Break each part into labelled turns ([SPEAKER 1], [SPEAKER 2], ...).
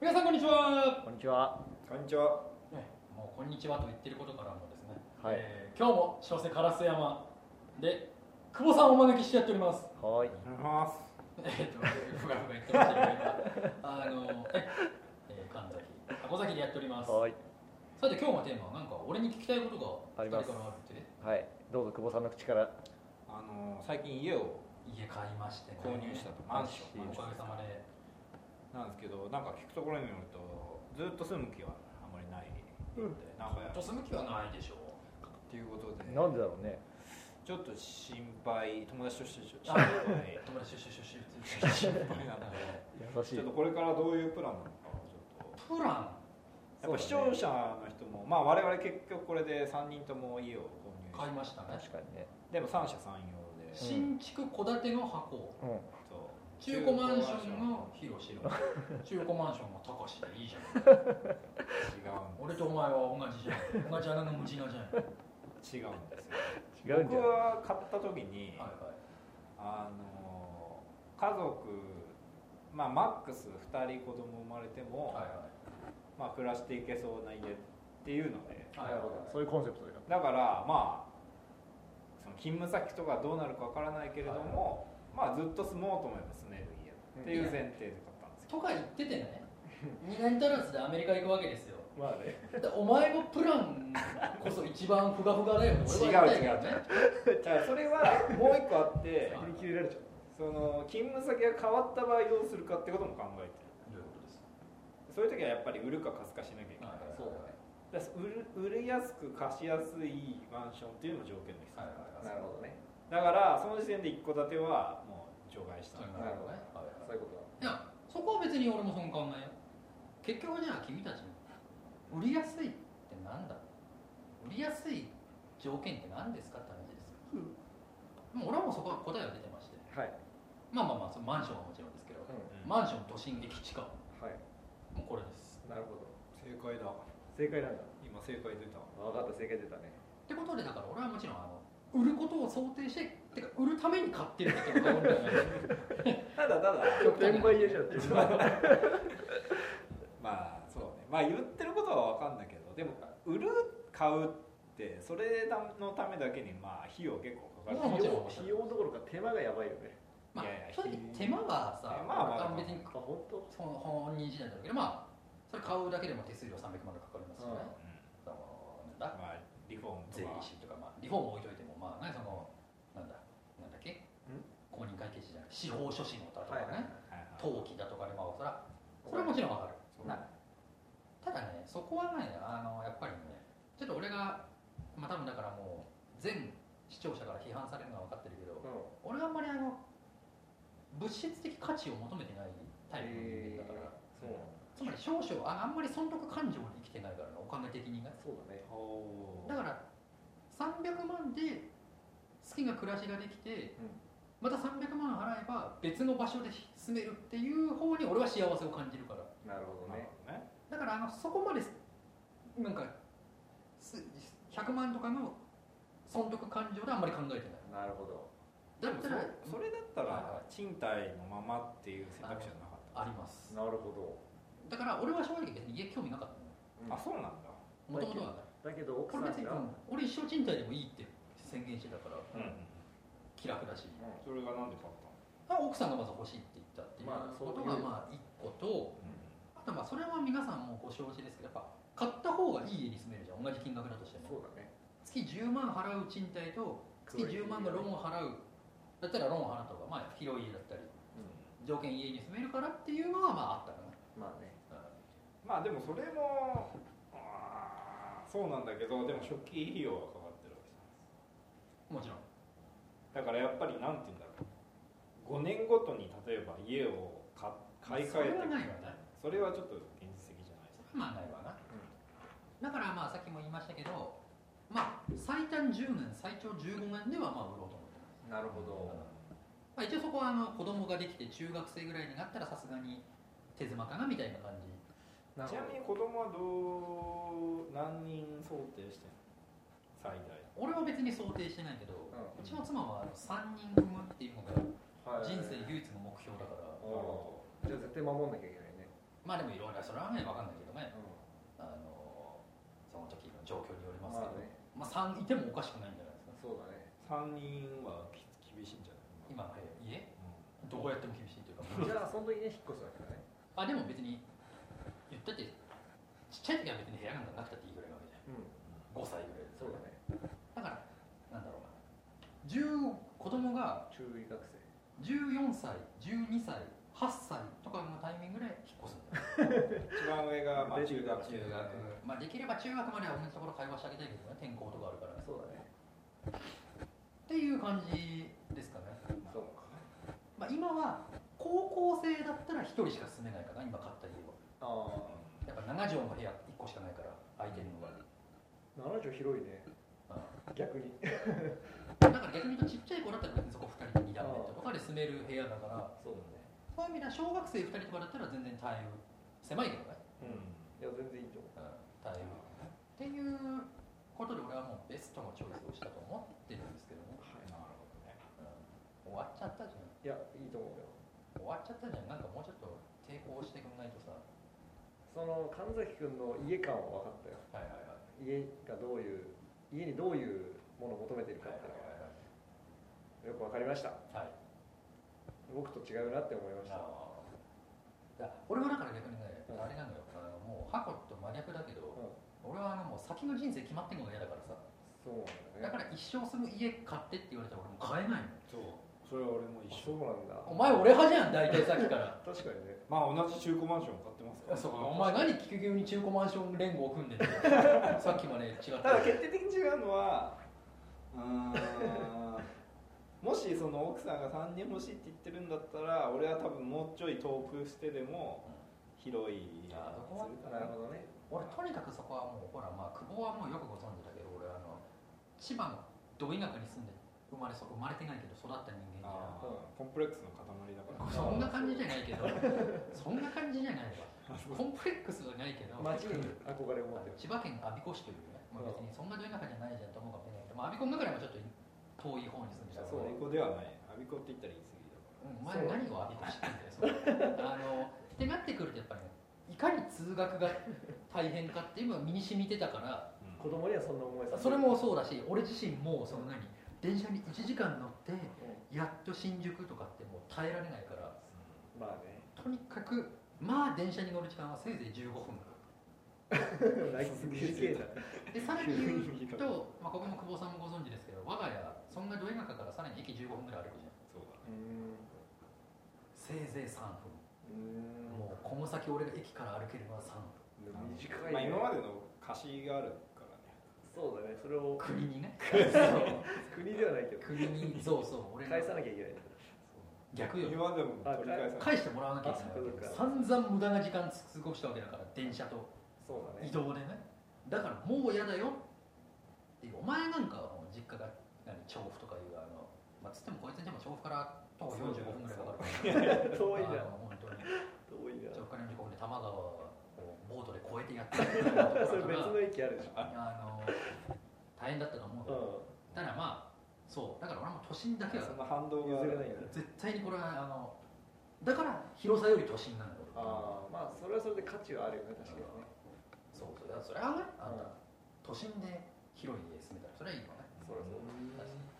[SPEAKER 1] 皆さんこんにちは、
[SPEAKER 2] こんにちは。
[SPEAKER 3] こんにちは。
[SPEAKER 1] ね、もうこんにちはと言ってることからもですね、
[SPEAKER 2] はい
[SPEAKER 1] えー今日も小生烏山で久保さんをお招きしてやっております
[SPEAKER 2] はーい。
[SPEAKER 3] お願いします。
[SPEAKER 1] えっとふがふが言ってましたけど今あのええー神崎箱崎でやっております
[SPEAKER 2] はーい。
[SPEAKER 1] さて今日のテーマはなんか俺に聞きたいことが
[SPEAKER 2] あります
[SPEAKER 1] 二人からあるってね
[SPEAKER 2] はい。どうぞ久保さんの口から。
[SPEAKER 3] あの最近家を
[SPEAKER 1] 家買いまして、ね、
[SPEAKER 3] 購入したとマンション
[SPEAKER 1] おかげさまで
[SPEAKER 3] なんですけど、なんか聞くところによるとずっと住む気はあんまりないみたいな。なん
[SPEAKER 1] と
[SPEAKER 3] か
[SPEAKER 1] 住む気はないでしょう
[SPEAKER 3] っていうことで、
[SPEAKER 2] なんでだろうね。
[SPEAKER 3] ちょっと心配友達として ちょっと
[SPEAKER 1] あ
[SPEAKER 3] 心配
[SPEAKER 1] 友達シュシュシュシュシュシュ
[SPEAKER 3] 心配なんで、
[SPEAKER 2] 優しい
[SPEAKER 3] ちょっと。これからどういうプランなのかをちょっ
[SPEAKER 1] プ
[SPEAKER 3] と。
[SPEAKER 1] ラン
[SPEAKER 3] やっぱ視聴者の人も、まあ我々結局これで三人とも家を購
[SPEAKER 1] 買い
[SPEAKER 3] 入
[SPEAKER 1] ま
[SPEAKER 3] し
[SPEAKER 1] したね
[SPEAKER 2] 確かにね。
[SPEAKER 3] て、でも三者三様
[SPEAKER 2] う
[SPEAKER 3] で、
[SPEAKER 2] ん
[SPEAKER 1] 新築戸建ての箱
[SPEAKER 2] うん。
[SPEAKER 3] そう
[SPEAKER 1] 中古マンションの広ロ中古マンションの高しでいいじゃん
[SPEAKER 3] 違うん
[SPEAKER 1] 俺とお前は同じじゃん同じ穴の無地なじゃんはい
[SPEAKER 3] 違うんですよ。
[SPEAKER 2] 違うんじ
[SPEAKER 3] 僕
[SPEAKER 2] ゃん。
[SPEAKER 3] は買った時に。
[SPEAKER 1] は
[SPEAKER 3] あの家族まあマックス2人子供生まれても、
[SPEAKER 1] いは
[SPEAKER 3] まあ、暮らしていけそうな家っていうので
[SPEAKER 1] いはいはい
[SPEAKER 2] そういうコンセプトで。
[SPEAKER 3] だからまあその勤務先とかどうなるかわからないけれども、まあ、ずっと住もうと思えば住める家っていう前提で買ったんですよ、
[SPEAKER 1] とか言っててね2年足らずでアメリカ行くわけですよ
[SPEAKER 3] まあね、
[SPEAKER 1] だってお前のプランこそ一番ふがふがだよね俺は言いたいけどね
[SPEAKER 3] だからそれはもう一個あって
[SPEAKER 1] 先に
[SPEAKER 2] 切れられちゃ
[SPEAKER 3] その勤務先が変わった場合どうするかってことも考えて
[SPEAKER 1] どう
[SPEAKER 3] る
[SPEAKER 1] いうことです
[SPEAKER 3] そういう時はやっぱり売るか貸すかしなきゃいけない
[SPEAKER 1] はいはい
[SPEAKER 3] そうだから売る売れやすく貸しやすいマンションっていうのも条件の必
[SPEAKER 1] は
[SPEAKER 3] 要
[SPEAKER 1] いはいはい
[SPEAKER 4] るほどね。
[SPEAKER 3] だからその時点で一戸建てはもう除外した
[SPEAKER 1] そういうの
[SPEAKER 4] なる
[SPEAKER 1] ね
[SPEAKER 4] ほ
[SPEAKER 1] は
[SPEAKER 4] どね
[SPEAKER 1] いはい
[SPEAKER 4] そういうこ
[SPEAKER 1] い
[SPEAKER 4] と
[SPEAKER 1] やそこは別に俺もそんな考えよ結局じゃあ君たちの売りやすいってなんだ売りやすい条件って何ですかって話ですよ、もう俺はもうそこは答えが出てまして
[SPEAKER 2] う。はい。
[SPEAKER 1] まあまあまあそのマンションはもちろんですけど、
[SPEAKER 2] う
[SPEAKER 3] うん
[SPEAKER 1] マンション都心駅地下
[SPEAKER 2] ん。
[SPEAKER 1] も
[SPEAKER 2] はい。
[SPEAKER 1] うこれです
[SPEAKER 4] なるほど。
[SPEAKER 3] 正解だ
[SPEAKER 2] 正解なんだ。
[SPEAKER 3] 今正解出た
[SPEAKER 4] 分かった、正解出たね。
[SPEAKER 1] ってことでだから俺はもちろんあの売ることを想定しててか売るために買ってるってことなんだよね
[SPEAKER 3] ただただ
[SPEAKER 2] 転売屋じゃん。
[SPEAKER 3] まあそうねまあ言ってることは分かんだけどでも売る買うってそれのためだけにまあ費用結構かか
[SPEAKER 1] も
[SPEAKER 3] る
[SPEAKER 1] ちろん
[SPEAKER 2] 費用どころか手間がやばいよね。
[SPEAKER 1] まあ
[SPEAKER 3] いやいや
[SPEAKER 1] 正直手間はさ、
[SPEAKER 3] 手間はまだ
[SPEAKER 1] 別に
[SPEAKER 2] あ、本当。
[SPEAKER 1] その本人時代だけどまあそれ買うだけでも手数料300万がかかりますよね、そ
[SPEAKER 3] うん
[SPEAKER 1] のなんだ
[SPEAKER 3] まあリフォーム
[SPEAKER 1] 税
[SPEAKER 3] と
[SPEAKER 1] 理
[SPEAKER 3] か
[SPEAKER 1] 士とか、まあ、リフォーム置いといてもまあねそのなんだなんだっけ公認会計士じゃない司法書士のだとかね
[SPEAKER 3] はいはい
[SPEAKER 1] 登記だとかでまあそらそれはもちろんわかる
[SPEAKER 3] そう
[SPEAKER 4] な
[SPEAKER 1] ただねそこはねあのやっぱりねちょっと俺がまあ多分だからもう全視聴者から批判されるのは分かってるけど
[SPEAKER 4] う
[SPEAKER 1] 俺はあんまりあの物質的価値を求めてないタイプの人間だから、
[SPEAKER 4] そうなん
[SPEAKER 1] つまり少々ああんまり損得感情に生きてないからねお金的にね
[SPEAKER 4] だ。そうだね。
[SPEAKER 3] おー
[SPEAKER 1] だから300万で好きな暮らしができて、
[SPEAKER 4] うん
[SPEAKER 1] また300万払えば別の場所で住めるっていう方に俺は幸せを感じるから
[SPEAKER 4] なるほど
[SPEAKER 3] なる
[SPEAKER 4] ね。
[SPEAKER 3] ほどね
[SPEAKER 1] だからあのそこまですなんかす100万とかの損得感情であんまり考えてない
[SPEAKER 4] なるほど。
[SPEAKER 1] だっ
[SPEAKER 3] でも
[SPEAKER 1] たら
[SPEAKER 3] そそれだった
[SPEAKER 1] はいは
[SPEAKER 3] ら賃貸のままっていう選択肢はなか
[SPEAKER 1] あ
[SPEAKER 3] った
[SPEAKER 1] ります
[SPEAKER 4] なるほ
[SPEAKER 1] だから俺は正直別に家興味なかった
[SPEAKER 4] ど。
[SPEAKER 3] あそうなんだ
[SPEAKER 1] もともとはね
[SPEAKER 4] だけど奥
[SPEAKER 1] こ
[SPEAKER 4] さん
[SPEAKER 1] れ
[SPEAKER 4] が
[SPEAKER 1] 別に、うん俺一生賃貸でもいいって宣言してたから
[SPEAKER 4] うん
[SPEAKER 1] 気楽だし
[SPEAKER 3] それがなんで買った
[SPEAKER 1] あ
[SPEAKER 3] の
[SPEAKER 1] 奥さんがまず欲しいって言ったっていう
[SPEAKER 4] まあそう
[SPEAKER 1] こ
[SPEAKER 4] い
[SPEAKER 1] とが
[SPEAKER 4] う
[SPEAKER 1] まあ一個とあとまあそれは皆さんもご承知ですけどやっぱ買った方がいい家に住めるじゃん同じ金額だとしても
[SPEAKER 4] そうだね。
[SPEAKER 1] 月10万払う賃貸と月10万のローンを払うだったらローンを払った方がまあ広い家だったり条件いい家に住めるからっていうのはまああったか
[SPEAKER 4] まあね。
[SPEAKER 1] な、
[SPEAKER 3] まあでもそれもあーそうなんだけどでも初期費用がかかってるわけじ
[SPEAKER 1] うんもちろん
[SPEAKER 3] ゃんだからやっぱりなんて言うんだろう5年ごとに例えば家を買買い替えて
[SPEAKER 1] それはないわね
[SPEAKER 3] それはちょっと現実的じゃない
[SPEAKER 1] それはまあないわな、だからまあさっきも言いましたけどまあ最短10年最長15年ではまあ売ろうと思ってます
[SPEAKER 4] なるほど。
[SPEAKER 1] まあ、一応そこはあの子供ができて中学生ぐらいになったらさすがに手狭かなみたいな感じ
[SPEAKER 4] なる
[SPEAKER 3] ち
[SPEAKER 4] ほ
[SPEAKER 3] なみに子供はどう何人想定してんの最大
[SPEAKER 1] 俺は別に想定してないけど、う
[SPEAKER 4] う
[SPEAKER 1] ちの妻はあの3人産むっていうのが
[SPEAKER 4] ど。はい
[SPEAKER 1] 人生唯一の目標だから、
[SPEAKER 4] おーじゃあ絶対守んなきゃいけないね。
[SPEAKER 1] ままあでもいろいろそれはね分かんないけどね
[SPEAKER 2] う
[SPEAKER 1] あのその時の状況により
[SPEAKER 2] ん
[SPEAKER 1] ますけ
[SPEAKER 2] ま
[SPEAKER 1] ど
[SPEAKER 2] あ、ね
[SPEAKER 1] まあ三いてもおかしくないんじゃないですか
[SPEAKER 2] そうだね
[SPEAKER 3] 3人はき厳しいんじゃない
[SPEAKER 1] 今の家どうやっても厳しいというか
[SPEAKER 2] じゃあその時ね引っ越すわけだね
[SPEAKER 1] あでも別に言ったってちっちゃい時は別に部屋なんかなくたっていいぐらいなわけじゃん
[SPEAKER 2] うん
[SPEAKER 1] 5歳ぐらいで
[SPEAKER 2] そうだね
[SPEAKER 1] だからなんだろうな10子供が
[SPEAKER 2] 中医学生
[SPEAKER 1] 14歳12歳8歳とかのタイミングで引っ越すんだよ
[SPEAKER 3] 一番上がまあ
[SPEAKER 2] で
[SPEAKER 3] 中学生
[SPEAKER 1] 中学まあできれば中学までは同じところ会話してあげたいけどね転校とかあるからね
[SPEAKER 2] そうだね
[SPEAKER 1] っていう感じですかね
[SPEAKER 2] そうか
[SPEAKER 1] まあ、今は高校生だったら1人しか住めないかな今買った家は
[SPEAKER 2] あ
[SPEAKER 1] やっぱ7畳の部屋1個しかないから空いてるのが、
[SPEAKER 2] あ7畳広いね
[SPEAKER 1] う
[SPEAKER 2] 逆に
[SPEAKER 1] んだから逆に言うとちっちゃい子だったら別にそこ2人で2段ベッドとかで住める部屋だから
[SPEAKER 2] そうだね
[SPEAKER 1] そういう意味では小学生2人とかだったら全然対応狭いけどね、
[SPEAKER 3] うん
[SPEAKER 2] いや全然いいと思
[SPEAKER 1] うん、対応っていうことで俺はもうベストのチョイスをしたと思ってるんですけどね、
[SPEAKER 2] う
[SPEAKER 3] なるほどね
[SPEAKER 1] うん終わっちゃったじゃん
[SPEAKER 2] いやいいと思うよ
[SPEAKER 1] 終わっちゃったじゃんなんかもうちょっと抵抗してくんないとさは
[SPEAKER 2] その神崎君の家感は分かったよ
[SPEAKER 1] い
[SPEAKER 2] 家
[SPEAKER 1] はいはい
[SPEAKER 2] がどういう家にどういうものを求めてるかっていうのが
[SPEAKER 1] は
[SPEAKER 2] よく分かりました
[SPEAKER 1] いはいはい
[SPEAKER 2] 僕と違うなって思いました
[SPEAKER 1] あーいや俺はだから逆に
[SPEAKER 2] う
[SPEAKER 1] ね、
[SPEAKER 2] ん
[SPEAKER 1] あれなのよあのもう箱と真逆だ
[SPEAKER 2] う
[SPEAKER 1] けど、
[SPEAKER 2] ん
[SPEAKER 1] 俺はあのもう先の人生決まってんのが嫌だからさ、
[SPEAKER 2] そうなん
[SPEAKER 1] だ
[SPEAKER 2] だね
[SPEAKER 1] から一生住む家買ってって言われたら俺も買えないの
[SPEAKER 3] そうそれは俺も一
[SPEAKER 2] あそ
[SPEAKER 3] 緒
[SPEAKER 2] うなんだ
[SPEAKER 1] お前俺派じゃん大体さっきから
[SPEAKER 2] 確かにね
[SPEAKER 3] まあ同じ中古マンション買ってますから
[SPEAKER 1] そうお前何急に中古マンション連合組んでんの さっきまで違った
[SPEAKER 3] ただ決定的に違うのはうーんもしその奥さんが3人欲しいって言ってるんだったら俺は多分もうちょい遠くしてでも広い家にする
[SPEAKER 1] あどこまで
[SPEAKER 3] か
[SPEAKER 2] なる
[SPEAKER 3] な
[SPEAKER 2] ほどね
[SPEAKER 1] 俺とにかくそこはもうほらまあ久保はもうよくご存知だけど俺あの千葉のど田舎に住んで生まれそ生まれてないけど育った人間じゃん
[SPEAKER 3] あーコンプレックスの塊だから
[SPEAKER 1] そんな感じじゃないけど、そんな感じじゃないわ。コンプレックスじゃないけど、
[SPEAKER 2] 街に憧れを持ってる
[SPEAKER 1] 千葉県我孫子市というね、まあ、別にそんなど田舎じゃないじゃんと思うかもしれないけど、まあ、我孫子の中でもちょっと遠い方に住んでたから、
[SPEAKER 3] そうう、アビコではない。アビコって言ったら言い
[SPEAKER 1] ん、お前何を我孫子市って言うんだよ、それあのってなってくると、やっぱり、ね、いかに通学が大変かっていうのは身に染みてたから、
[SPEAKER 3] 過
[SPEAKER 2] 子
[SPEAKER 3] ぎ
[SPEAKER 2] 供に
[SPEAKER 3] だか
[SPEAKER 2] はそんな思いさせ
[SPEAKER 1] それ
[SPEAKER 2] ない
[SPEAKER 1] もそうだし、俺自身も、その何、電車に1時間乗って、
[SPEAKER 2] う
[SPEAKER 1] やっと新宿とかってもう耐えられないから。
[SPEAKER 2] んま あね
[SPEAKER 1] とにかくまあ電車に乗る時間はせいぜい15分
[SPEAKER 2] 泣きすぎすぎだ
[SPEAKER 1] でさらに言うと、まあ、ここも久保さんもご存知ですけど我が家そんなど田舎からさらに駅15分ぐらい歩くじゃん
[SPEAKER 3] らそうだね
[SPEAKER 2] うーん
[SPEAKER 1] せいぜい3分
[SPEAKER 2] うーん
[SPEAKER 1] もうこの先俺が駅から歩けるのは3分
[SPEAKER 2] 短い、ね
[SPEAKER 3] まあ今までの貸しがあるからね。
[SPEAKER 2] そうだねそれを
[SPEAKER 1] 国に ねそう
[SPEAKER 2] 国ではないけど
[SPEAKER 1] 国にそうそう俺の
[SPEAKER 2] 返さなきゃいけない
[SPEAKER 1] 逆よ
[SPEAKER 3] 今までも取り返さない。
[SPEAKER 1] 返してもらわなきゃいけないわけ
[SPEAKER 2] あ
[SPEAKER 1] 散々無駄な時間過ごしたわけだから電車と
[SPEAKER 2] そうだね
[SPEAKER 1] 移動でねだからもう嫌だよっていうお前なんかはもう実家が何調布とかいうあの、まあ、つってもこいつでも調布から徒歩45分ぐらいかかるから
[SPEAKER 2] 遠いな
[SPEAKER 1] あの本当
[SPEAKER 2] 遠
[SPEAKER 1] に
[SPEAKER 2] い
[SPEAKER 1] 調
[SPEAKER 2] な
[SPEAKER 1] 布から45分で多摩川をボートで越えてやってるようなと
[SPEAKER 2] それ
[SPEAKER 1] こ
[SPEAKER 2] 別
[SPEAKER 1] ろ
[SPEAKER 2] の駅あるでしょ
[SPEAKER 1] だからあの大変だったと思うよ
[SPEAKER 2] う
[SPEAKER 1] ただまあそうだから俺も都心だけは
[SPEAKER 3] その反動
[SPEAKER 2] ん
[SPEAKER 3] が
[SPEAKER 2] 譲れないんだ
[SPEAKER 1] 絶対にこれはあのだから広さより都心なんだよ俺
[SPEAKER 2] ああまあそれはそれで価値はあるよね確かにね
[SPEAKER 1] そうそうだからそれはねあ
[SPEAKER 2] うん
[SPEAKER 1] の都心で広い家住めたらそれはいいわね
[SPEAKER 2] それはそう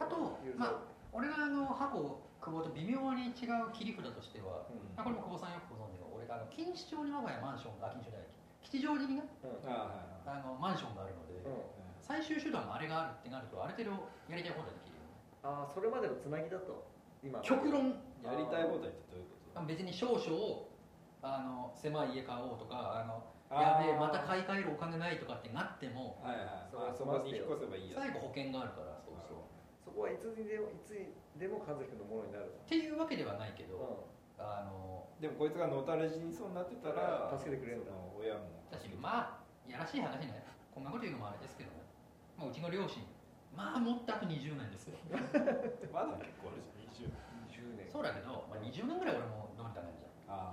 [SPEAKER 1] あと
[SPEAKER 2] 譲る
[SPEAKER 1] まあ俺があの箱久保と微妙に違う切り札としては、
[SPEAKER 2] うん
[SPEAKER 1] あこれも久保さんよくご存知の俺があの錦糸町に我が家マンションがあ錦糸町じゃない吉祥寺にね
[SPEAKER 3] ああはいはい
[SPEAKER 1] あのマンションがあるので、
[SPEAKER 2] うん
[SPEAKER 1] 最終手段があれがあるってなるとある程度やりたいことができるよね
[SPEAKER 2] ああそれまでのつなぎだと今
[SPEAKER 1] 極論
[SPEAKER 3] やりたい放題ってどういうこと？
[SPEAKER 1] 別に少々あの狭い家買おうとかあのや
[SPEAKER 3] あ
[SPEAKER 1] べえ
[SPEAKER 3] ー
[SPEAKER 1] また買い替えるお金ないとかってなっても
[SPEAKER 3] はいはい。あそこに引っ越せばいいや。
[SPEAKER 1] 最後保険があるからそうそ
[SPEAKER 2] そ
[SPEAKER 1] う
[SPEAKER 2] こはいつにでもいつにでも神崎君のものになる
[SPEAKER 1] っていうわけではないけ
[SPEAKER 2] う
[SPEAKER 1] ど、あの
[SPEAKER 3] でもこいつがのたれ死にそうになってたら
[SPEAKER 2] 助けてくれるんだ
[SPEAKER 3] その親も
[SPEAKER 1] だしまあやらしい話ねこんなこと言うのもあれですけどね、まあ、うちの両親まあもっとあと20年ですよ
[SPEAKER 3] まだ結構あるじゃん二十
[SPEAKER 2] ん10年
[SPEAKER 1] そうだけど、まあ、20年ぐらい俺もどうにかなるじゃ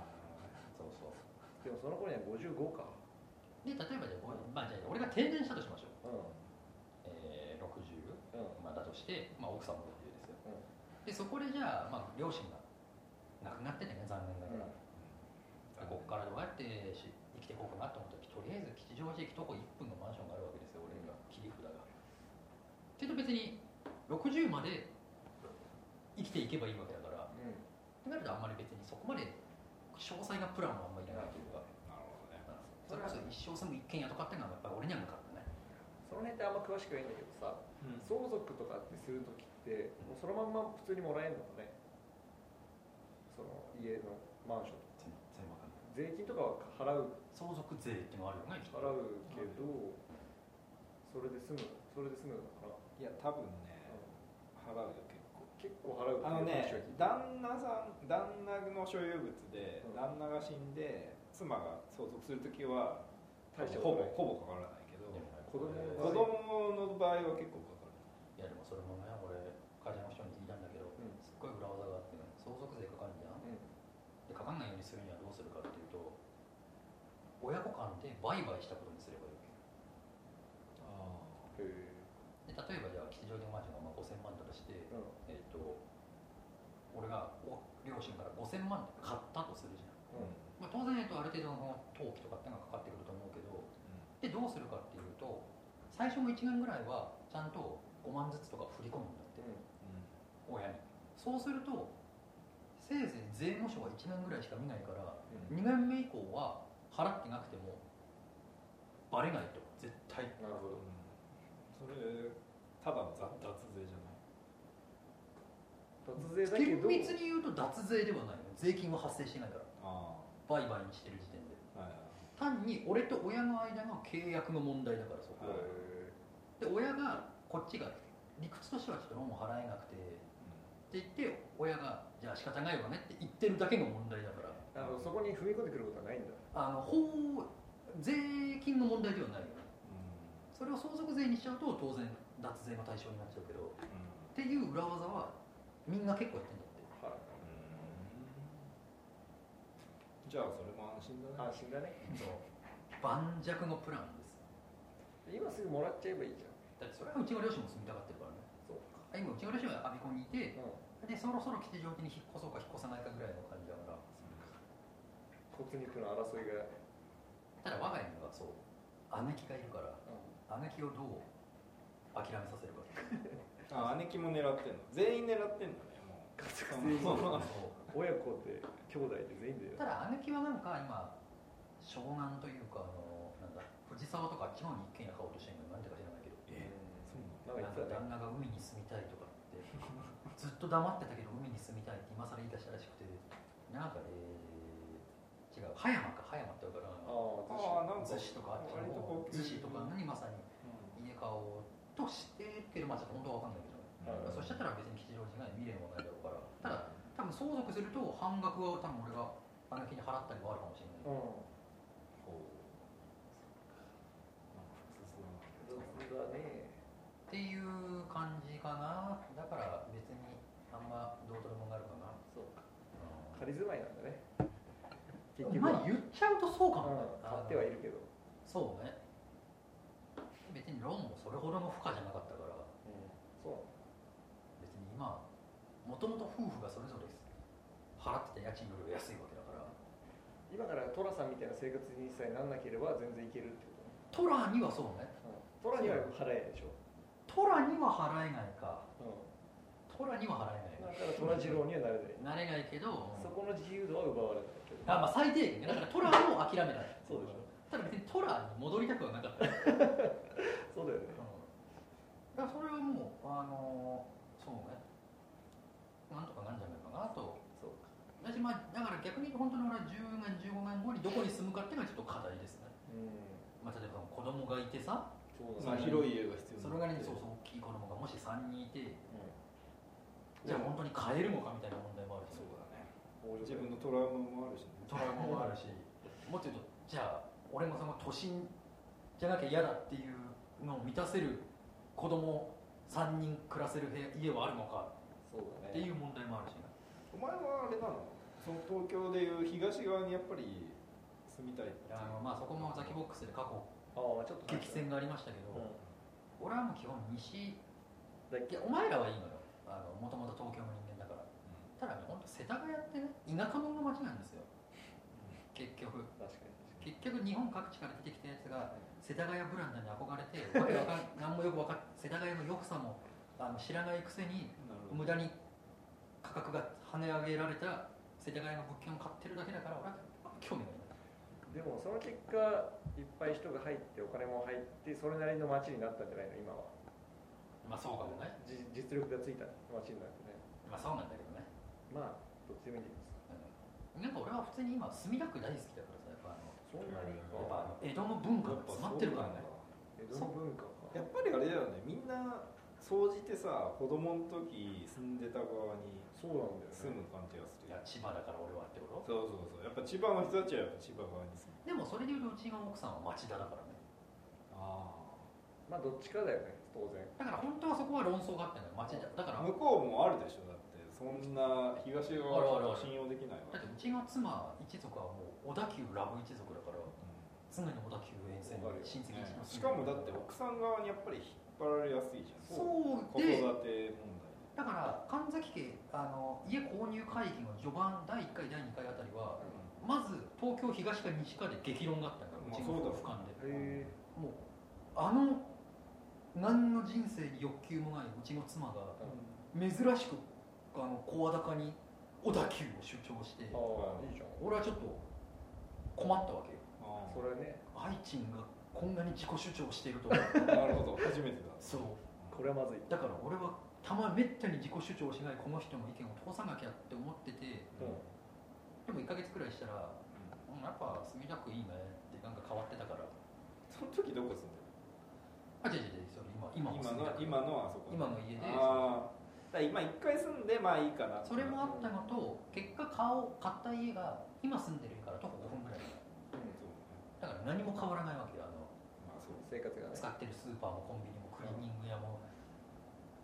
[SPEAKER 1] ん
[SPEAKER 3] あ
[SPEAKER 1] そうそう
[SPEAKER 2] でもその頃には55か
[SPEAKER 1] で例えばじゃあ,、まあ、じゃあ俺が定年したとしましょう、
[SPEAKER 2] うん
[SPEAKER 1] えー、60
[SPEAKER 2] うん
[SPEAKER 1] まあ、だとして、まあ、奥さんも60ですよ、
[SPEAKER 2] うん
[SPEAKER 1] でそこでじゃあ、まあ、両親が亡くなっててね残念ながら、
[SPEAKER 2] うん
[SPEAKER 1] ででこっからどうやってし生きていこうかなと思った時とりあえず吉祥寺駅徒歩1分のマンションがあるわけですよ俺が切り札が。けど別に60まで生きていけばいいわけだからってなるとあんまり別にそこまで詳細なプランはあんまりいらないというか
[SPEAKER 3] なるほどね
[SPEAKER 1] それこそ一生住む一軒家とかっていうのはやっぱり俺には向かってない
[SPEAKER 4] その辺ってあんま詳しくないんだけどさ
[SPEAKER 3] うん
[SPEAKER 4] 相続とかってするときってもうそのまんま普通にもらえるのかねその家のマンションとか
[SPEAKER 1] 全然わかんない
[SPEAKER 4] 税金とかは払う
[SPEAKER 1] 相続税っていうのあるよね
[SPEAKER 4] 払うけどそれで済むそれで済むのかない
[SPEAKER 3] や多分ね払うよ結構
[SPEAKER 4] 結構払うっていう
[SPEAKER 3] あの
[SPEAKER 4] 話は聞い
[SPEAKER 3] ね
[SPEAKER 4] た
[SPEAKER 3] 旦那さん旦那の所有物で、
[SPEAKER 4] うん
[SPEAKER 3] 旦那が死んで妻が相続する時は
[SPEAKER 4] 大した
[SPEAKER 3] ほ
[SPEAKER 4] こと
[SPEAKER 3] ぼ
[SPEAKER 4] ない
[SPEAKER 3] ほぼかからないけど
[SPEAKER 1] 子供
[SPEAKER 4] 子
[SPEAKER 3] 子供の場合は結構かかる
[SPEAKER 1] いやでもそれもね俺会社の人に聞いたんだけど
[SPEAKER 4] うん
[SPEAKER 1] すっごい裏技があってね相続税かかるじゃん
[SPEAKER 4] うん
[SPEAKER 1] でかかんないようにするにはどうするかっていうと親子間で売買したことにすればいいわけ
[SPEAKER 3] あ
[SPEAKER 4] へえ
[SPEAKER 1] で例えばじゃあ吉祥寺のマンションがまあ5000万だとして
[SPEAKER 4] うん
[SPEAKER 1] えっ、と俺がお両親から5000万で買ったとするじゃん、
[SPEAKER 4] うん
[SPEAKER 1] まあ、当然、えっと、ある程度の登記とかっていうのがかかってくると思うけどでどうするかっていうと最初の1年ぐらいはちゃんと5万ずつとか振り込むんだって親にそうするとせいぜい税務署は1年ぐらいしか見ないから
[SPEAKER 4] うん
[SPEAKER 1] 2年目以降は払ってなくてもバレないと絶対
[SPEAKER 4] なるほど
[SPEAKER 3] それただの雑雑税じゃない
[SPEAKER 4] 脱税だけ
[SPEAKER 1] 厳
[SPEAKER 4] ど
[SPEAKER 1] 密に言うと脱税ではないの税金は発生してないから
[SPEAKER 3] あ
[SPEAKER 1] 売買にしてる時点で
[SPEAKER 3] あはいはい
[SPEAKER 1] 単に俺と親の間の契約の問題だからそこ
[SPEAKER 4] へ
[SPEAKER 1] は、で
[SPEAKER 4] え
[SPEAKER 1] 親がこっちが理屈としてはちょっとローンを払えなくてって言って親がじゃあ仕方ないわねって言ってるだけの問題だから
[SPEAKER 4] あのそこに踏み込んでくることはないんだ
[SPEAKER 1] あの法税金の問題ではないよね
[SPEAKER 3] う
[SPEAKER 1] それを相続税にしちゃうと当然脱税の対象になっちゃうけどっ
[SPEAKER 3] んうんうん
[SPEAKER 1] ていう裏技はみんな結構やってんだって
[SPEAKER 4] は
[SPEAKER 3] じゃあそれも安心だね
[SPEAKER 4] 安心だね
[SPEAKER 1] そう盤石のプランです
[SPEAKER 4] 今すぐもらっちゃえばいいじゃん
[SPEAKER 1] だってそれはうちの両親も住みたがってるからね
[SPEAKER 4] そう
[SPEAKER 1] あ今うちの両親は我孫子にいて
[SPEAKER 4] う
[SPEAKER 1] でそろそろ吉祥寺に引っ越そうか引っ越さないかぐらいの感じだから
[SPEAKER 4] ん骨肉の争いが、
[SPEAKER 1] ただ我が家にはそう姉貴がいるから姉貴をどう諦めさせるかっていう
[SPEAKER 3] あ姉貴も狙ってんの全員狙ってんだねもう
[SPEAKER 4] 全員
[SPEAKER 3] そう
[SPEAKER 1] そう
[SPEAKER 4] 親子で兄弟で全員で
[SPEAKER 1] ただ姉貴はなんか今湘南というかあのなんだ藤沢とかあっちの方に一軒家買おうとしてるのなんでか知らないけど
[SPEAKER 4] うん
[SPEAKER 3] そう
[SPEAKER 4] なん
[SPEAKER 1] なん
[SPEAKER 4] か
[SPEAKER 1] か
[SPEAKER 4] 言
[SPEAKER 1] 旦那が海
[SPEAKER 4] ってたね
[SPEAKER 1] に住みたいとかってずっと黙ってたけど海に住みたいって今更言い出したらしくてなんかえー、違う葉山か葉山って分から
[SPEAKER 4] あ
[SPEAKER 1] ん
[SPEAKER 4] あ
[SPEAKER 3] ああなんか
[SPEAKER 1] 逗子とかあっちの
[SPEAKER 3] 割と
[SPEAKER 1] 方
[SPEAKER 3] 高級
[SPEAKER 1] 逗子とかにまさに
[SPEAKER 3] う
[SPEAKER 1] 家買おうとしてるけどまあちょっと本当は分かんないけどね、
[SPEAKER 4] はい
[SPEAKER 1] そしちゃったら別に吉祥寺が未練はないだろうからただ多分相続すると半額は多分俺が姉貴に払ったりはあるかもしれない
[SPEAKER 4] うん
[SPEAKER 3] ほうなんか複雑だ
[SPEAKER 4] 雑だ
[SPEAKER 3] な
[SPEAKER 4] ね
[SPEAKER 1] っていう感じかなだから別にあんまどうとでもなるかな
[SPEAKER 4] そう
[SPEAKER 1] う
[SPEAKER 4] 仮住まいなんだね結
[SPEAKER 1] ん
[SPEAKER 4] 局
[SPEAKER 1] ま
[SPEAKER 4] は
[SPEAKER 1] あ言っちゃうとそうかも、
[SPEAKER 4] うん買ってはいるけど
[SPEAKER 1] そうね別にローンもそれほどの負荷じゃなかったから
[SPEAKER 4] そ
[SPEAKER 1] 別に今もともと夫婦がそれぞれ払ってた家賃よりは安いわけだから
[SPEAKER 4] う今から寅さんみたいな生活にさえなんなければ全然いけるってこ
[SPEAKER 1] トラにはそうね
[SPEAKER 4] とね、うん、寅には払えないでしょ、
[SPEAKER 1] トラには払えないか
[SPEAKER 4] う
[SPEAKER 1] トラには払
[SPEAKER 4] ん、
[SPEAKER 1] え
[SPEAKER 4] だ
[SPEAKER 1] な
[SPEAKER 4] から寅次郎にはな
[SPEAKER 1] い
[SPEAKER 4] れない
[SPEAKER 1] なれないけど
[SPEAKER 4] そこの自由度は奪われないけど
[SPEAKER 1] あまあ最低限ねだからトラを諦めない
[SPEAKER 4] そうでしょ
[SPEAKER 1] ただ別にトラに戻りたくはなかった
[SPEAKER 4] そうだよ
[SPEAKER 1] う
[SPEAKER 4] ね
[SPEAKER 1] んだからそれはもう、あのーそうね、なんとかなんじゃないかなと、
[SPEAKER 4] そう
[SPEAKER 1] 私、まあ、だから逆に言うと本当に俺は10年、15年後にどこに住むかっていうのはちょっと課題ですね、
[SPEAKER 4] うん
[SPEAKER 1] まあ、例えば子供がいてさ、
[SPEAKER 4] そう
[SPEAKER 3] ま
[SPEAKER 4] だ
[SPEAKER 3] あ
[SPEAKER 4] ね
[SPEAKER 3] 広い家が必要
[SPEAKER 1] それなりにそうそう大きい子供がもし3人いて、
[SPEAKER 4] うん
[SPEAKER 1] じゃあ本当に買えるのかみたいな問題もあるし、
[SPEAKER 3] そうだね
[SPEAKER 4] 大
[SPEAKER 3] 自
[SPEAKER 4] 丈夫
[SPEAKER 3] 分のトラウマもあるしね
[SPEAKER 1] トラウマもあるし、もっと言うと、じゃあ、俺もその都心じゃなきゃ嫌だっていうのを満たせる子供3人暮らせる部屋家はあるのか
[SPEAKER 4] そうだ
[SPEAKER 1] ってい
[SPEAKER 4] ね
[SPEAKER 1] う問題もあるしね。
[SPEAKER 3] お前はあれなのその東京でいう東側にやっぱり住みたいっていう
[SPEAKER 1] あのまあそこもザキボックスで過去
[SPEAKER 4] ああちょっと
[SPEAKER 1] 激戦がありましたけど、俺はもう基本西い
[SPEAKER 4] だっ
[SPEAKER 1] や
[SPEAKER 4] け
[SPEAKER 1] お前らはいいのよあのもともと東京の人間だからただねほんと世田谷ってね田舎者の街なんですよ結局
[SPEAKER 2] 確かに
[SPEAKER 1] 結局日本各地から出てきたやつが世田谷ブランドに憧れてわけわか ん何もよくわかん世田谷の良さもあの知らないくせに
[SPEAKER 3] なるほ
[SPEAKER 1] 無駄に価格が跳ね上げられた世田谷の物件を買ってるだけだから俺は興味がない
[SPEAKER 4] でもその結果いっぱい人が入ってお金も入ってそれなりの街になったんじゃないの今は
[SPEAKER 1] まあそうかもね
[SPEAKER 4] じ実力がついた街になってね
[SPEAKER 1] まあそうなんだけどね、
[SPEAKER 4] まあどっちでもいいんです
[SPEAKER 1] うんなんか俺は普通に今墨田区大好きだからさやっぱあの
[SPEAKER 4] そんなに
[SPEAKER 3] うん
[SPEAKER 1] やっぱあの江戸の文化が詰まってるからね
[SPEAKER 4] 江戸の文化
[SPEAKER 3] やっ
[SPEAKER 4] か
[SPEAKER 3] ぱりあれだよねみんな総じてさ子供の時住んでた側に
[SPEAKER 4] そうなんだよ
[SPEAKER 3] 住
[SPEAKER 4] ね
[SPEAKER 3] む感じがす
[SPEAKER 1] い
[SPEAKER 3] る
[SPEAKER 1] や千葉だから俺はってこと
[SPEAKER 3] そうそうそうやっぱ千葉の人たちはやっぱ千葉側に住む
[SPEAKER 1] でもそれでいうとうちの奥さんは町田だからね
[SPEAKER 3] あ
[SPEAKER 4] まあどっちかだよね当然
[SPEAKER 1] だから本当はそこは論争があったんだよ町田だから
[SPEAKER 3] 向こうもあるでしょだってそんな東側
[SPEAKER 1] あるあるあ
[SPEAKER 3] は
[SPEAKER 1] る
[SPEAKER 3] 信用できないわ
[SPEAKER 1] だってうちの妻一族はもう小田急ラブ一族だから常に小田急沿線の親戚一
[SPEAKER 3] ね
[SPEAKER 1] 同
[SPEAKER 3] しかもだって奥さん側にやっぱり引っ張られやすいじゃん
[SPEAKER 1] そう
[SPEAKER 3] 子育
[SPEAKER 1] で
[SPEAKER 3] て問題
[SPEAKER 1] だから神崎家あの家購入会議の序盤第1回第2回あたりはまず東京東か西かで激論があったからう
[SPEAKER 3] まあ
[SPEAKER 1] ち
[SPEAKER 3] そう
[SPEAKER 1] の
[SPEAKER 3] だろう
[SPEAKER 1] 俯瞰で
[SPEAKER 4] へえ
[SPEAKER 1] もうあの何の人生に欲求もないうちの妻が珍しくあの声高に小田急を主張して
[SPEAKER 4] ああいいじゃん
[SPEAKER 1] 俺はちょっと困ったわけよ
[SPEAKER 3] あ
[SPEAKER 4] それね
[SPEAKER 1] 愛知がこんなに自己主張しているとは
[SPEAKER 3] あなるほど初めてだ
[SPEAKER 1] そう
[SPEAKER 4] これはまずい
[SPEAKER 1] だから俺はたまめったに自己主張しないこの人の意見を通さなきゃって思ってて
[SPEAKER 3] う
[SPEAKER 4] う
[SPEAKER 3] ん
[SPEAKER 1] でも
[SPEAKER 4] ん
[SPEAKER 1] 1か月くらいしたら、うん、やっぱ墨田区いいねってなんか変わってたからあ
[SPEAKER 3] その時どこ住んでる
[SPEAKER 1] 違う違う違うそれ今今
[SPEAKER 3] 今
[SPEAKER 1] の墨
[SPEAKER 3] の今のあそこ
[SPEAKER 1] 今の家で
[SPEAKER 3] ああだから今一回住んでまあいいかな
[SPEAKER 1] それもあったのと結果買おう買った家が今住んでる家から徒歩5分ぐらい
[SPEAKER 3] そうね
[SPEAKER 1] だから何も変わらないわけよあの
[SPEAKER 3] まあそう
[SPEAKER 4] 生活がね
[SPEAKER 1] 使ってるスーパーもコンビニもクリーニング屋も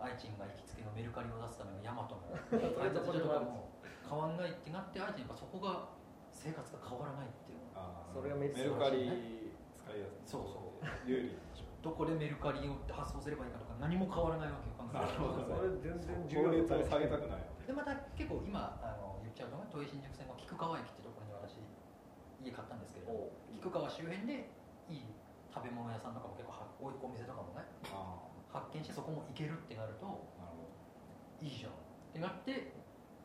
[SPEAKER 1] 愛知が行きつけのメルカリを出すためのヤマトも配達所とかも変わんないってなって愛知やっぱそこが生活が変わらないっていうの
[SPEAKER 3] ああ
[SPEAKER 4] それはめっちゃ
[SPEAKER 3] メル
[SPEAKER 1] 素晴
[SPEAKER 3] カ
[SPEAKER 1] らしい
[SPEAKER 3] リ
[SPEAKER 1] ね
[SPEAKER 3] 使いやすい
[SPEAKER 1] そうそう
[SPEAKER 3] 有利なんでしょ
[SPEAKER 1] どこでメルカリをって発送すればいいかとか何も変わらないわけよ考
[SPEAKER 3] なるほど
[SPEAKER 4] それ全然重要
[SPEAKER 3] 効率
[SPEAKER 4] だ
[SPEAKER 3] を
[SPEAKER 4] った
[SPEAKER 3] 下
[SPEAKER 4] りし
[SPEAKER 3] げ
[SPEAKER 4] て
[SPEAKER 3] たくない
[SPEAKER 1] でまた結構今あの言っちゃうとね都営新宿線の菊川駅ってところに私家買ったんですけれども
[SPEAKER 4] おう
[SPEAKER 1] 菊川周辺でいい食べ物屋さんとかも結構はおいお店とかもね
[SPEAKER 3] あ
[SPEAKER 1] 発見してそこも行けるってなると
[SPEAKER 3] あなるほ
[SPEAKER 1] いいじゃんってなって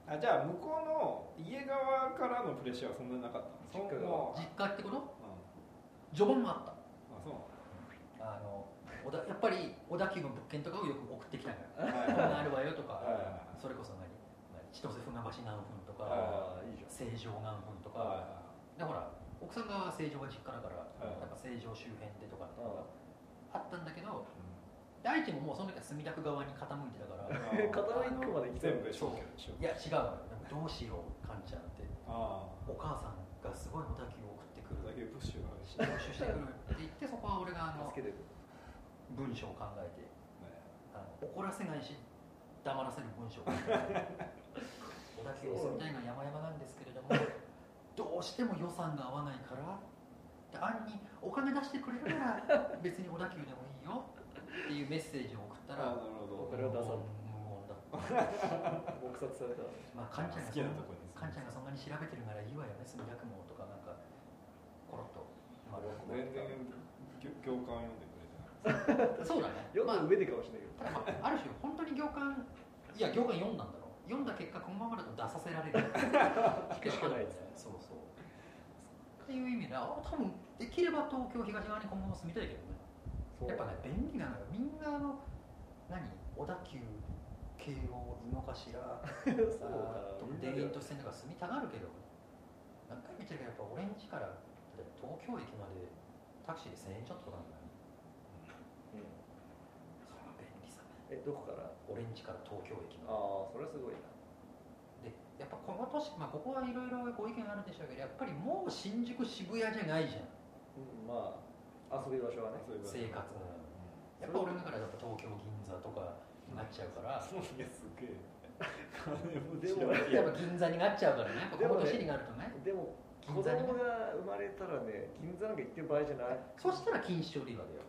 [SPEAKER 3] どあじゃあ向こうの家側からのプレッシャーはそんなになかった
[SPEAKER 4] 実
[SPEAKER 3] の
[SPEAKER 4] 家側
[SPEAKER 3] その
[SPEAKER 1] 実家ってこと
[SPEAKER 3] うん
[SPEAKER 1] 序盤もあった
[SPEAKER 3] あそう
[SPEAKER 1] あの小田やっぱり小田急の物件とかをよく送ってきたから
[SPEAKER 3] なのはい
[SPEAKER 1] こん
[SPEAKER 3] はい
[SPEAKER 1] なあるわよと
[SPEAKER 3] は
[SPEAKER 1] か
[SPEAKER 3] い
[SPEAKER 1] それこそ何何千歳船橋何分とか
[SPEAKER 4] ああいいじゃん
[SPEAKER 1] 成城何分と
[SPEAKER 3] はい
[SPEAKER 1] かでほら奥さんが成城が実家だから
[SPEAKER 3] い
[SPEAKER 1] やっぱ成城周辺でとかってのがあ
[SPEAKER 4] あ
[SPEAKER 1] ったんだけど
[SPEAKER 3] う
[SPEAKER 1] 大地ももうその時は墨田区側に傾いてたから
[SPEAKER 3] んあ
[SPEAKER 4] 片目一個まで
[SPEAKER 3] あ
[SPEAKER 4] 来て
[SPEAKER 3] 全
[SPEAKER 4] る
[SPEAKER 3] 部消去でしょ
[SPEAKER 1] いや違うのよでもどうしようかんちゃんって
[SPEAKER 3] ああ
[SPEAKER 1] お母さんがすごい小田急を送ってく
[SPEAKER 3] それだ
[SPEAKER 1] る
[SPEAKER 3] けプッシュがあるし
[SPEAKER 1] 出資してくるって言ってそこは俺があの
[SPEAKER 4] 助けてる
[SPEAKER 1] 文章を考えて
[SPEAKER 3] ね
[SPEAKER 1] あの怒らせないし黙らせる文章を考えて小田急に住みたいのは山々なんですけれどもどうしても予算が合わないからで案にお金出してくれるなら別に小田急でもいいよっていうメッセージを送っ
[SPEAKER 3] あ
[SPEAKER 1] たら
[SPEAKER 3] あなるほ
[SPEAKER 4] こ
[SPEAKER 3] ど
[SPEAKER 4] れは出さない
[SPEAKER 1] 無言だった
[SPEAKER 4] 撲殺された
[SPEAKER 1] まあ、かんちゃんがそ
[SPEAKER 3] 好き
[SPEAKER 1] ん
[SPEAKER 3] な
[SPEAKER 1] な
[SPEAKER 3] とこに
[SPEAKER 1] かんちゃんがそんなに調べてるならいいわよね墨田区もとかなんかコロッと、まあ、
[SPEAKER 3] 全然行行間読んでくれてない
[SPEAKER 1] そうだね、
[SPEAKER 4] 読
[SPEAKER 1] ま
[SPEAKER 4] ん
[SPEAKER 1] あ、
[SPEAKER 4] だ上でかもしれないけ
[SPEAKER 1] た
[SPEAKER 4] ど
[SPEAKER 1] だまあある種本当に行間いや行間読んだんだろう読んだ結果このままだと出させられる
[SPEAKER 4] 聞くしかない
[SPEAKER 1] そうそうっていう意味では多分できれば東京東側に今後も住みたいけどね
[SPEAKER 4] そう
[SPEAKER 1] やっぱね便利なのよみんなあの何小田急慶応井の頭
[SPEAKER 4] そうだ
[SPEAKER 1] と
[SPEAKER 4] みん
[SPEAKER 1] 田
[SPEAKER 4] なで
[SPEAKER 1] 園都市線とか住みたがるけど何回見てるかやっぱ俺ん家から例えば東京駅までタクシーで1000円ちょっととかなんだよ
[SPEAKER 4] うん
[SPEAKER 1] それは便利さね
[SPEAKER 4] えどこからあ
[SPEAKER 1] 俺ん家から東京駅
[SPEAKER 4] あ
[SPEAKER 1] ま
[SPEAKER 4] それはすごいな
[SPEAKER 1] ででやっぱこの年、まあ、ここはいろいろご意見あるでしょうけどやっぱりもう新宿渋谷じゃないじゃん
[SPEAKER 4] うんまあ遊び場所はね
[SPEAKER 3] そういうこと
[SPEAKER 1] 生活がやっぱ俺の中ではやっぱ東京銀座とかになっちゃうから
[SPEAKER 3] そういやすげえ金持
[SPEAKER 4] で
[SPEAKER 3] ち
[SPEAKER 4] も
[SPEAKER 3] だけ
[SPEAKER 1] やっぱ銀座になっちゃうからねやっぱこの年になるとね
[SPEAKER 4] でも
[SPEAKER 1] 銀
[SPEAKER 4] 子供
[SPEAKER 1] 座にね
[SPEAKER 4] が生まれたらね銀座なんか行ってる場合じゃない
[SPEAKER 1] そしたら錦糸町でいいわけよ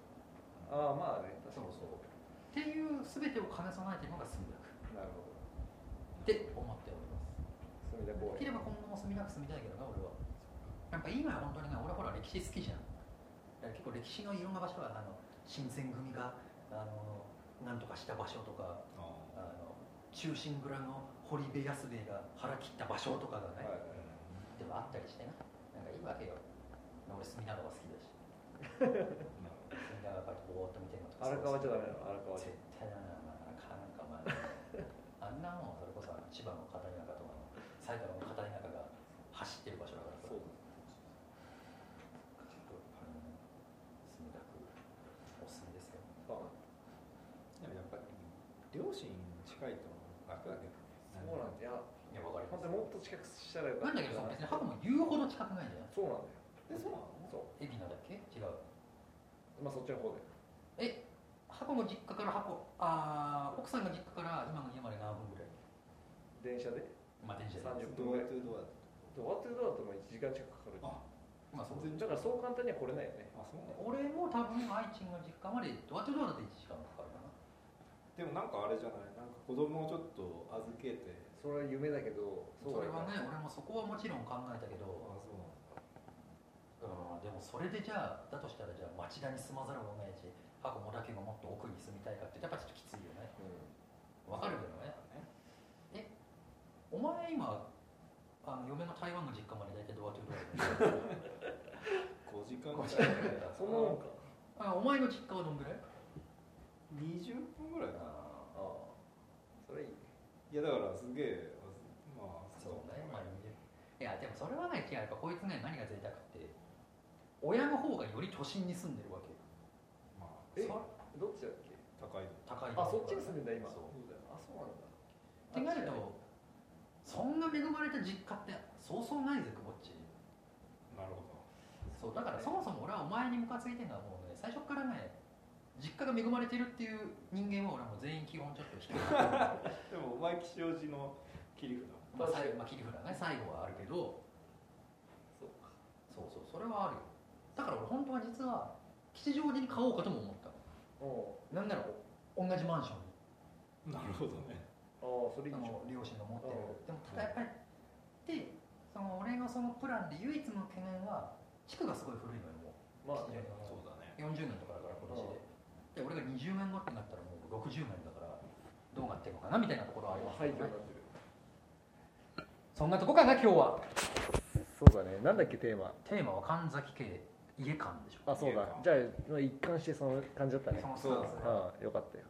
[SPEAKER 4] ああまあね確か
[SPEAKER 1] そう
[SPEAKER 4] に
[SPEAKER 1] そうっていう全てを兼ね備えてるのが墨田区
[SPEAKER 4] なるほど
[SPEAKER 1] って思っております
[SPEAKER 4] 墨田公
[SPEAKER 1] でき
[SPEAKER 4] 園
[SPEAKER 1] れば今後も墨田区住みたいけどな俺はやっぱ今は本当にね俺ほら歴史好きじゃんだから結構歴史のいろんな場所があの新選組があのなんとかした場所とかあの中心蔵の堀部安兵衛が腹切った場所とかがね、でもあったりしてななんかいいわけよ俺隅田川好きだし隅田川からぼーっと見てるのとか
[SPEAKER 4] 荒川じゃダメなの荒川
[SPEAKER 1] 絶
[SPEAKER 4] じゃ
[SPEAKER 1] 対だな、まあ、なかなかまああんなもんそれこそあの千葉の片田舎とかの埼玉の片田舎が走ってる場所だからさ
[SPEAKER 3] そう
[SPEAKER 1] ちょっとあの墨田区おすすめですよ
[SPEAKER 4] あ
[SPEAKER 3] でもやっぱり両親近いと楽だけどね
[SPEAKER 4] そうなんだいや
[SPEAKER 1] いやわかります
[SPEAKER 4] 本当にもっと近くしたらよか
[SPEAKER 1] な
[SPEAKER 4] っ
[SPEAKER 1] ん
[SPEAKER 4] た
[SPEAKER 1] だけどさ別にハブも言うほど近くないじゃん
[SPEAKER 4] そうなんだよ
[SPEAKER 3] えそうなの
[SPEAKER 4] そ
[SPEAKER 1] 海老名だっけ違う
[SPEAKER 4] うまあそっちの方で
[SPEAKER 1] え箱の実家から箱ああ奥さんが実家から今の家まで何分ぐらい
[SPEAKER 4] 電車で
[SPEAKER 1] まあ電車で
[SPEAKER 4] 30
[SPEAKER 3] ド
[SPEAKER 4] 分ぐ
[SPEAKER 3] ア
[SPEAKER 4] らい
[SPEAKER 3] トゥ
[SPEAKER 4] ドア
[SPEAKER 3] ドア
[SPEAKER 4] トゥドアだとも1時間近くかかる
[SPEAKER 1] あまあそう
[SPEAKER 3] 全然
[SPEAKER 4] だからそう簡単には来れないよね
[SPEAKER 3] あそうなの
[SPEAKER 1] 俺も多分愛知の実家までどうやってどうやって1時間かかるかな
[SPEAKER 3] でもなんかあれじゃないなんか子供をちょっと預けて
[SPEAKER 4] それは夢だけど
[SPEAKER 1] そう
[SPEAKER 4] だ
[SPEAKER 1] れ
[SPEAKER 4] よ
[SPEAKER 1] はね俺もそこはもちろん考えたけ
[SPEAKER 3] あ
[SPEAKER 1] ど
[SPEAKER 3] そうなんだ
[SPEAKER 1] うんでもそれでじゃあだとしたらじゃあ町田に住まざるを得ないし箱もだけがもっと奥に住みたいかってやっぱちょっときついよねわかるけどねお前今あの嫁の台湾の実家まで大体どうやってどうやって
[SPEAKER 3] 5時間ぐらい
[SPEAKER 4] そんなもんか
[SPEAKER 1] あお前の実家はどんぐらい
[SPEAKER 3] 20分ぐらいかな
[SPEAKER 4] ああそれいいね
[SPEAKER 3] いやだからすげえまあ
[SPEAKER 1] そうね、まあ、いやでもそれはね違うやっぱこいつね何が贅沢って親の方がより都心に住んでるわけよ
[SPEAKER 3] まあ
[SPEAKER 4] え
[SPEAKER 1] そ
[SPEAKER 4] どっちだっけ
[SPEAKER 3] 高いの
[SPEAKER 1] 高い
[SPEAKER 4] あそっちに住んでんだ今
[SPEAKER 1] そう
[SPEAKER 4] そうだよあそうな
[SPEAKER 1] って
[SPEAKER 4] んだ
[SPEAKER 1] なるとそんな恵まれた実家ってそうそうないぜこっち
[SPEAKER 3] なるほ
[SPEAKER 1] そうだからそもそも俺はお前にムカついてんのはもうね最初からね実家が恵まれてるっていう人間は俺はもう全員基本ちょっと低い
[SPEAKER 3] どでもお前吉祥寺の切り札
[SPEAKER 1] まあ最後まあ切り札ね最後はあるけど
[SPEAKER 4] そう
[SPEAKER 1] かそうそうそれはあるよだから俺本当は実は吉祥寺に買おうかとも思った
[SPEAKER 4] おう
[SPEAKER 1] なんなら同じマンションに
[SPEAKER 3] なるほどね
[SPEAKER 4] ああそれいい
[SPEAKER 1] あ
[SPEAKER 4] でし
[SPEAKER 1] の
[SPEAKER 4] ょ
[SPEAKER 1] 両親が持って
[SPEAKER 4] う
[SPEAKER 1] るでもただやっぱりでその俺のそのプランで唯一の懸念は地区がすごい古いのよもう
[SPEAKER 4] まあね
[SPEAKER 3] そうだね
[SPEAKER 1] 40年とかだから今年でで俺が20年後ってなったらもう60年だからどうなってるのかなみたいなところはあります
[SPEAKER 4] 廃
[SPEAKER 1] よ
[SPEAKER 4] 墟になっ
[SPEAKER 1] ね
[SPEAKER 4] て
[SPEAKER 1] そんなとこかな今日は
[SPEAKER 4] るそうだねなんだっけテーマ
[SPEAKER 1] テーマは神崎家家感でしょ
[SPEAKER 4] あそうだじゃあ一貫してその感じだったね
[SPEAKER 1] そのス
[SPEAKER 3] そう
[SPEAKER 1] タ
[SPEAKER 3] だ
[SPEAKER 1] ンス
[SPEAKER 4] ああよかったよ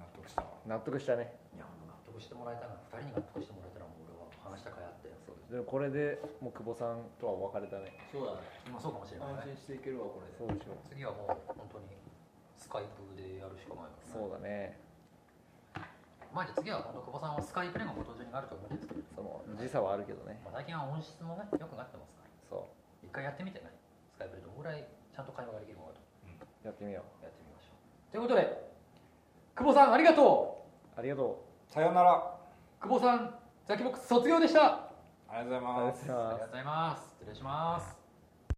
[SPEAKER 3] 納得したわ
[SPEAKER 4] 納得したね
[SPEAKER 1] いやもう納得してもらえたら2人に納得してもらえたらもう俺は話したかいあって
[SPEAKER 4] そうでもこれでもう久保さんとはお別れだね
[SPEAKER 3] そうだね
[SPEAKER 1] まあそうかもしれないね
[SPEAKER 3] 安心していけるわこれ
[SPEAKER 4] そうでしょう
[SPEAKER 1] 次はもう本当にスカイプでやるしかないから
[SPEAKER 4] そうだね
[SPEAKER 1] まあじゃあ次は本当久保さんはスカイプでもご登場になると思うんですけど、
[SPEAKER 4] その時差はあるけどね
[SPEAKER 1] まあ、最近は音質もね良くなってますから
[SPEAKER 4] そ
[SPEAKER 1] 一回やってみてねスカイプでどのぐらいちゃんと会話ができるのかと
[SPEAKER 4] うやってみよ
[SPEAKER 1] やってみましょうということで久保さんありがと
[SPEAKER 4] うありがとう
[SPEAKER 3] さよなら
[SPEAKER 1] う久保さんザキボックス卒業でした
[SPEAKER 3] ありがとう
[SPEAKER 4] ありがと
[SPEAKER 3] ございま
[SPEAKER 4] う
[SPEAKER 3] す
[SPEAKER 4] ござい
[SPEAKER 1] あり
[SPEAKER 4] ま
[SPEAKER 1] がと
[SPEAKER 4] す
[SPEAKER 1] うございます失礼します